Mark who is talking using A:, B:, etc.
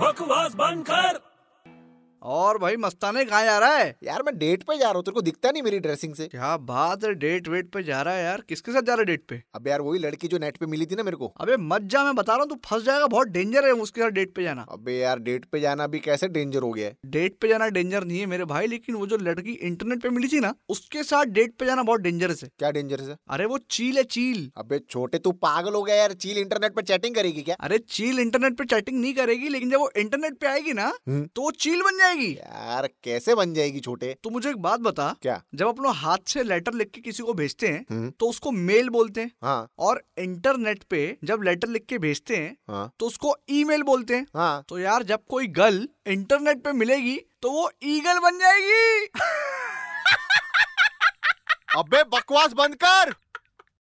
A: बकवास बंद कर
B: और भाई मस्ताने कहाँ जा रहा है
C: यार मैं डेट पे जा रहा हूँ तेरे को दिखता नहीं मेरी ड्रेसिंग से
B: क्या बात है डेट वेट पे जा रहा है यार किसके साथ जा रहा है डेट पे
C: अब यार वही लड़की जो नेट पे मिली थी ना मेरे को
B: अबे मत जा मैं बता रहा हूँ तू फंस जाएगा बहुत डेंजर है उसके साथ डेट पे जाना
C: अबे यार डेट पे जाना भी कैसे डेंजर हो गया है
B: डेट पे जाना डेंजर नहीं है मेरे भाई लेकिन वो जो लड़की इंटरनेट पे मिली थी ना उसके साथ डेट पे जाना बहुत डेंजरस है
C: क्या डेंजर है
B: अरे वो चील है चील
C: अबे छोटे तू पागल हो गया यार चील इंटरनेट पर चैटिंग करेगी क्या
B: अरे चील इंटरनेट पे चैटिंग नहीं करेगी लेकिन जब वो इंटरनेट पे आएगी ना
C: हम्म।
B: तो वो चील बन जाएगी
C: यार कैसे बन जाएगी छोटे
B: तो मुझे एक बात बता
C: क्या?
B: जब अपना हाथ से लेटर लिख के किसी को भेजते हैं
C: हम्म।
B: तो उसको मेल बोलते हैं
C: हाँ
B: और इंटरनेट पे जब लेटर लिख के भेजते हैं
C: हाँ
B: तो उसको ईमेल बोलते हैं
C: हाँ
B: तो यार जब कोई गर्ल इंटरनेट पे मिलेगी तो वो ईगल बन जाएगी
C: अबे बकवास बंद कर